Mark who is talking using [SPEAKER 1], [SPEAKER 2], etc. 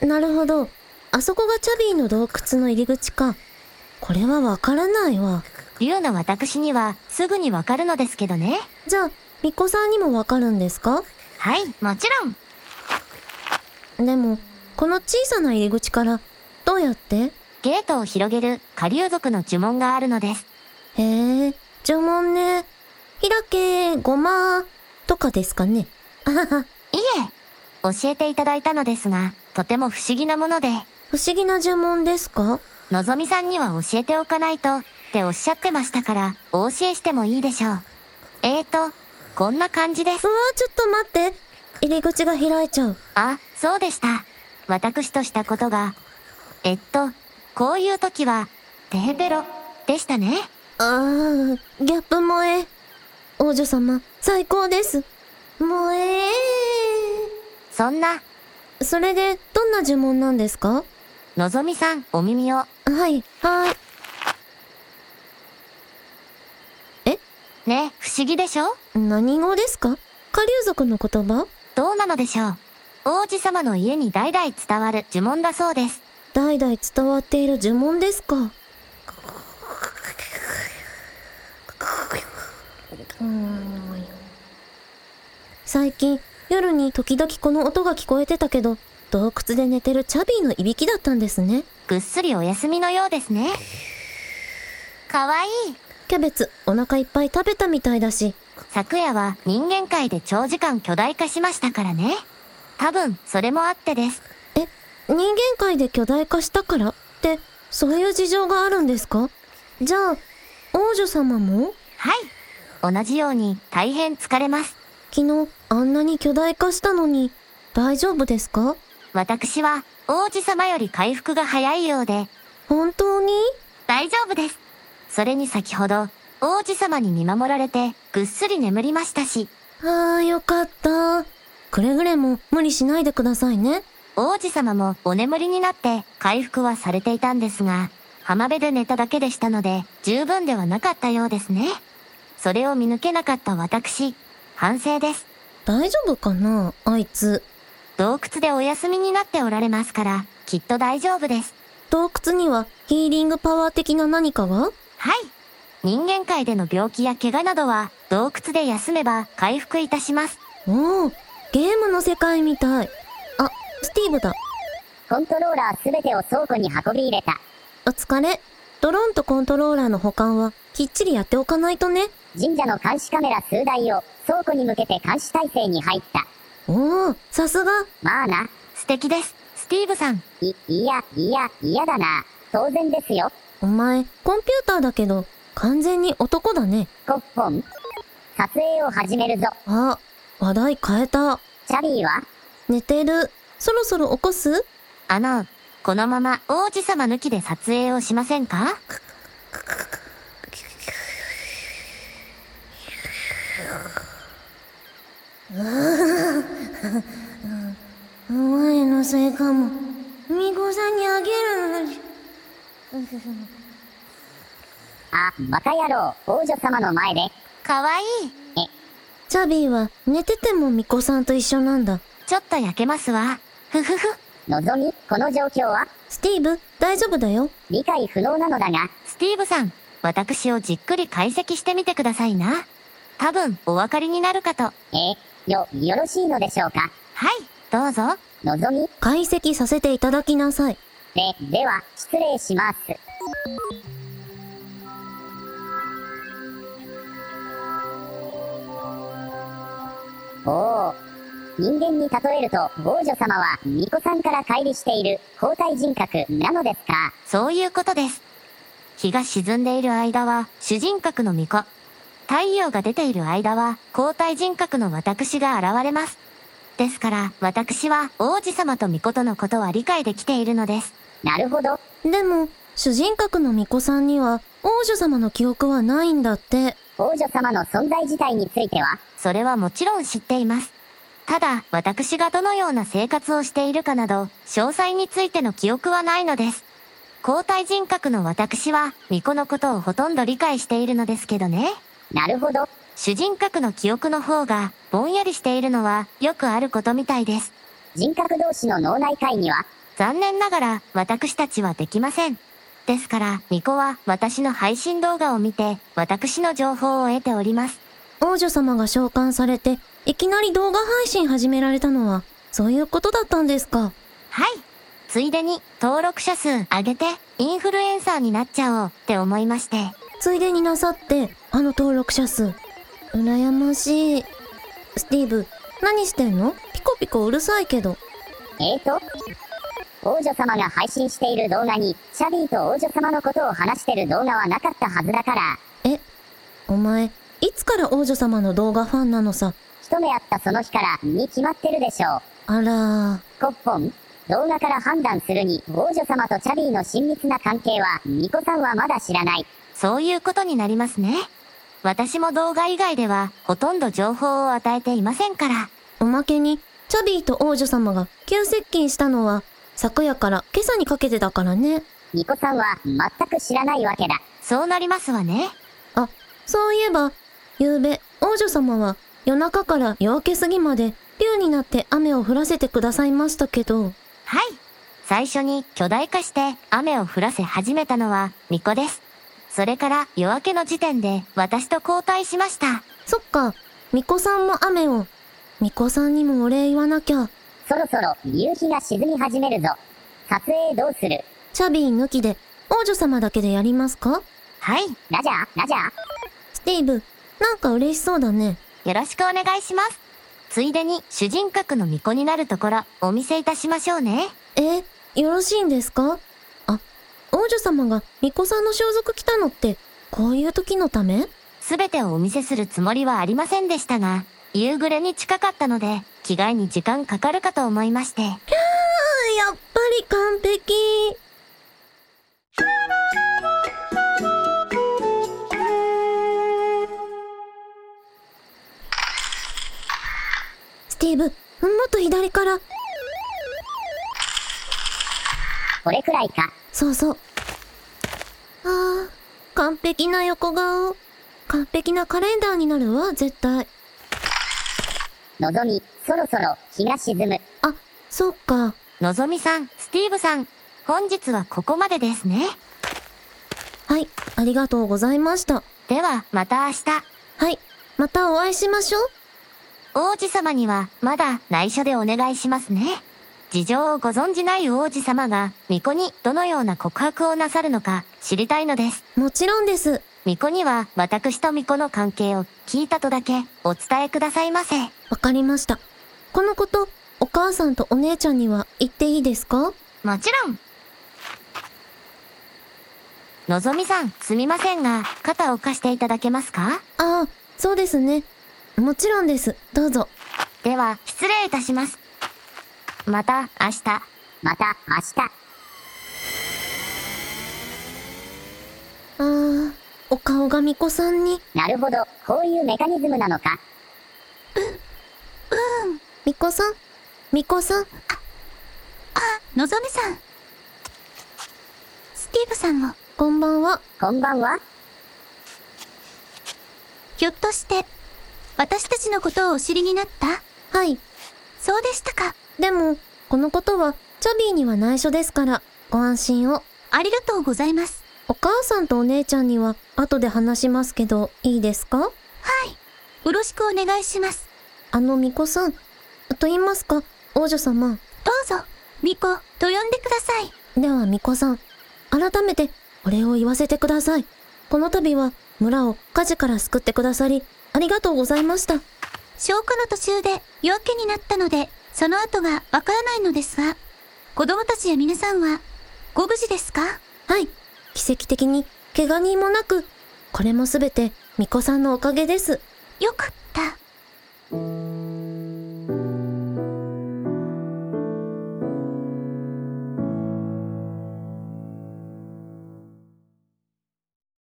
[SPEAKER 1] なるほど。あそこがチャビーの洞窟の入り口か。これはわからないわ。
[SPEAKER 2] 竜の私にはすぐにわかるのですけどね。
[SPEAKER 1] じゃあ、ミコさんにもわかるんですか
[SPEAKER 2] はい、もちろん。
[SPEAKER 1] でも、この小さな入り口から、どうやって
[SPEAKER 2] ゲートを広げる下流族の呪文があるのです。
[SPEAKER 1] へえ、呪文ね。開け、ごま、とかですかね。あはは、
[SPEAKER 2] いえ、教えていただいたのですが、とても不思議なもので、
[SPEAKER 1] 不思議な呪文ですか
[SPEAKER 2] のぞみさんには教えておかないと、っておっしゃってましたから、お教えしてもいいでしょう。えーと、こんな感じです
[SPEAKER 1] う。わ、ちょっと待って。入り口が開いちゃう。
[SPEAKER 2] あ、そうでした。私としたことが、えっと、こういう時は、テヘペロ、でしたね。
[SPEAKER 1] ああ、ギャップ萌え。王女様、最高です。萌え
[SPEAKER 2] そんな、
[SPEAKER 1] それで、どんな呪文なんですか
[SPEAKER 2] のぞみさん、お耳を。
[SPEAKER 1] はい、はーい。
[SPEAKER 2] ね、不思議でしょ
[SPEAKER 1] 何語ですか下流族の言葉
[SPEAKER 2] どうなのでしょう。王子様の家に代々伝わる呪文だそうです。
[SPEAKER 1] 代々伝わっている呪文ですか。最近、夜に時々この音が聞こえてたけど、洞窟で寝てるチャビーのいびきだったんですね。
[SPEAKER 2] ぐっすりお休みのようですね。かわいい。
[SPEAKER 1] キャベツ、お腹いっぱい食べたみたいだし、
[SPEAKER 2] 昨夜は人間界で長時間巨大化しましたからね。多分、それもあってです。
[SPEAKER 1] え、人間界で巨大化したからって、そういう事情があるんですかじゃあ、王女様も
[SPEAKER 2] はい。同じように大変疲れます。
[SPEAKER 1] 昨日、あんなに巨大化したのに、大丈夫ですか
[SPEAKER 2] 私は王子様より回復が早いようで、
[SPEAKER 1] 本当に
[SPEAKER 2] 大丈夫です。それに先ほど、王子様に見守られて、ぐっすり眠りましたし、
[SPEAKER 1] ああ、よかった。くれぐれも無理しないでくださいね。
[SPEAKER 2] 王子様もお眠りになって回復はされていたんですが、浜辺で寝ただけでしたので、十分ではなかったようですね。それを見抜けなかった私、反省です。
[SPEAKER 1] 大丈夫かなあいつ。
[SPEAKER 2] 洞窟でお休みになっておられますから、きっと大丈夫です。
[SPEAKER 1] 洞窟にはヒーリングパワー的な何かが
[SPEAKER 2] はい。人間界での病気や怪我などは、洞窟で休めば回復いたします。
[SPEAKER 1] おお、ゲームの世界みたい。あ、スティーブだ。
[SPEAKER 3] コントローラーすべてを倉庫に運び入れた。
[SPEAKER 1] お疲れ。ドローンとコントローラーの保管はきっちりやっておかないとね。
[SPEAKER 3] 神社の監視カメラ数台を倉庫に向けて監視体制に入った。
[SPEAKER 1] おお、さすが。
[SPEAKER 3] まあな。
[SPEAKER 2] 素敵です。スティーブさん。
[SPEAKER 3] い、いや、いや、嫌だな。当然ですよ。
[SPEAKER 1] お前、コンピューターだけど、完全に男だね。
[SPEAKER 3] コッポン。撮影を始めるぞ。
[SPEAKER 1] あ、話題変えた。
[SPEAKER 3] チャビーは
[SPEAKER 1] 寝てる。そろそろ起こす
[SPEAKER 2] あの、このまま王子様抜きで撮影をしませんか
[SPEAKER 1] お前のせいかも。みこさんにあげるのに。
[SPEAKER 3] あ、バカ野郎。王女様の前で。
[SPEAKER 2] かわいい。
[SPEAKER 1] チャビーは寝ててもみこさんと一緒なんだ。
[SPEAKER 2] ちょっと焼けますわ。ふふふ。
[SPEAKER 3] のぞみ、この状況は
[SPEAKER 1] スティーブ、大丈夫だよ。
[SPEAKER 3] 理解不能なのだが、
[SPEAKER 2] スティーブさん、私をじっくり解析してみてくださいな。多分、お分かりになるかと。は
[SPEAKER 3] えーよ、よろしいのでしょうか。
[SPEAKER 2] い、どうぞ。
[SPEAKER 3] のぞみ、
[SPEAKER 1] 解析させていただきなさい。
[SPEAKER 3] で、では、失礼します。おお。人間に例えると、王女様は、巫女さんから乖離している、交代人格、なのですか。
[SPEAKER 2] そういうことです。日が沈んでいる間は、主人格の巫女。太陽が出ている間は、交代人格の私が現れます。ですから、私は王子様と巫女とのことは理解できているのです。
[SPEAKER 3] なるほど。
[SPEAKER 1] でも、主人格の巫女さんには、王女様の記憶はないんだって。
[SPEAKER 3] 王女様の存在自体については、
[SPEAKER 2] それはもちろん知っています。ただ、私がどのような生活をしているかなど、詳細についての記憶はないのです。交代人格の私は、巫女のことをほとんど理解しているのですけどね。
[SPEAKER 3] なるほど。
[SPEAKER 2] 主人格の記憶の方が、ぼんやりしているのは、よくあることみたいです。
[SPEAKER 3] 人格同士の脳内会には、
[SPEAKER 2] 残念ながら、私たちはできません。ですから、巫女は私の配信動画を見て、私の情報を得ております。
[SPEAKER 1] 王女様が召喚されて、いきなり動画配信始められたのは、そういうことだったんですか。
[SPEAKER 2] はい。ついでに、登録者数上げて、インフルエンサーになっちゃおうって思いまして。
[SPEAKER 1] ついでになさって、あの登録者数。羨ましい。スティーブ、何してんのピコピコうるさいけど。
[SPEAKER 3] えーと、王女様が配信している動画に、シャビーと王女様のことを話してる動画はなかったはずだから、
[SPEAKER 1] え、お前、いつから王女様の動画ファンなのさ。
[SPEAKER 3] 一目会ったその日からに決まってるでしょう。
[SPEAKER 1] あらー。
[SPEAKER 3] コッポン動画から判断するに、王女様とチャビーの親密な関係は、ミコさんはまだ知らない。
[SPEAKER 2] そういうことになりますね。私も動画以外では、ほとんど情報を与えていませんから。
[SPEAKER 1] おまけに、チャビーと王女様が急接近したのは、昨夜から今朝にかけてだからね。
[SPEAKER 3] ミコさんは、全く知らないわけだ。
[SPEAKER 2] そうなりますわね。
[SPEAKER 1] あ、そういえば、昨べ、王女様は夜中から夜明け過ぎまで、竜になって雨を降らせてくださいましたけど、
[SPEAKER 2] はい。最初に巨大化して雨を降らせ始めたのは巫女です。それから夜明けの時点で私と交代しました。
[SPEAKER 1] そっか、巫女さんも雨を。巫女さんにもお礼言わなきゃ。
[SPEAKER 3] そろそろ、夕日が沈み始めるぞ。撮影どうする
[SPEAKER 1] チャビー抜きで、王女様だけでやりますか
[SPEAKER 2] はい。
[SPEAKER 3] ラジャーラジャー
[SPEAKER 1] スティーブ、なんか嬉しそうだね。
[SPEAKER 2] よろしくお願いします。ついでに主人格の巫女になるところお見せいたしましょうね。
[SPEAKER 1] え、よろしいんですかあ、王女様が巫女さんの装束着たのって、こういう時のため
[SPEAKER 2] すべてをお見せするつもりはありませんでしたが、夕暮れに近かったので、着替えに時間かかるかと思いまして。
[SPEAKER 1] やっぱり完璧。スティーブ、もっと左から。
[SPEAKER 3] これくらいか。
[SPEAKER 1] そうそう。ああ、完璧な横顔。完璧なカレンダーになるわ、絶対。
[SPEAKER 3] のぞみ、そろそろ、日が沈む。
[SPEAKER 1] あ、そっか。
[SPEAKER 2] のぞみさん、スティーブさん、本日はここまでですね。
[SPEAKER 1] はい、ありがとうございました。
[SPEAKER 2] では、また明日。
[SPEAKER 1] はい、またお会いしましょう。
[SPEAKER 2] 王子様には、まだ内緒でお願いしますね。事情をご存じない王子様が、巫女にどのような告白をなさるのか知りたいのです。
[SPEAKER 1] もちろんです。
[SPEAKER 2] 巫女には、私と巫女の関係を聞いたとだけお伝えくださいませ。
[SPEAKER 1] わかりました。このこと、お母さんとお姉ちゃんには言っていいですか
[SPEAKER 2] もちろん。のぞみさん、すみませんが、肩を貸していただけますか
[SPEAKER 1] ああ、そうですね。もちろんです。どうぞ。
[SPEAKER 2] では、失礼いたします。また、明日。
[SPEAKER 3] また、明日。
[SPEAKER 1] ああ、お顔が巫女さんに。
[SPEAKER 3] なるほど、こういうメカニズムなのか。
[SPEAKER 1] 巫女さん巫女さん
[SPEAKER 2] のぞみさん。スティーブさんも、
[SPEAKER 1] こんばんは。
[SPEAKER 3] こんばんは
[SPEAKER 2] ひょっとして、私たちのことをお知りになった
[SPEAKER 1] はい。
[SPEAKER 2] そうでしたか。
[SPEAKER 1] でも、このことは、チャビーには内緒ですから、ご安心を。
[SPEAKER 2] ありがとうございます。
[SPEAKER 1] お母さんとお姉ちゃんには、後で話しますけど、いいですか
[SPEAKER 2] よろしくお願いします。
[SPEAKER 1] あの巫女さん。と言いますか、王女様。
[SPEAKER 2] どうぞ、ミコ、と呼んでください。
[SPEAKER 1] では巫女さん、改めてお礼を言わせてください。この度は村を火事から救ってくださり、ありがとうございました。
[SPEAKER 4] 消化の途中で夜明けになったので、その後がわからないのですが、子供たちや皆さんは、ご無事ですか
[SPEAKER 1] はい、奇跡的に怪我人もなく、これもすべて巫女さんのおかげです。
[SPEAKER 4] よかった。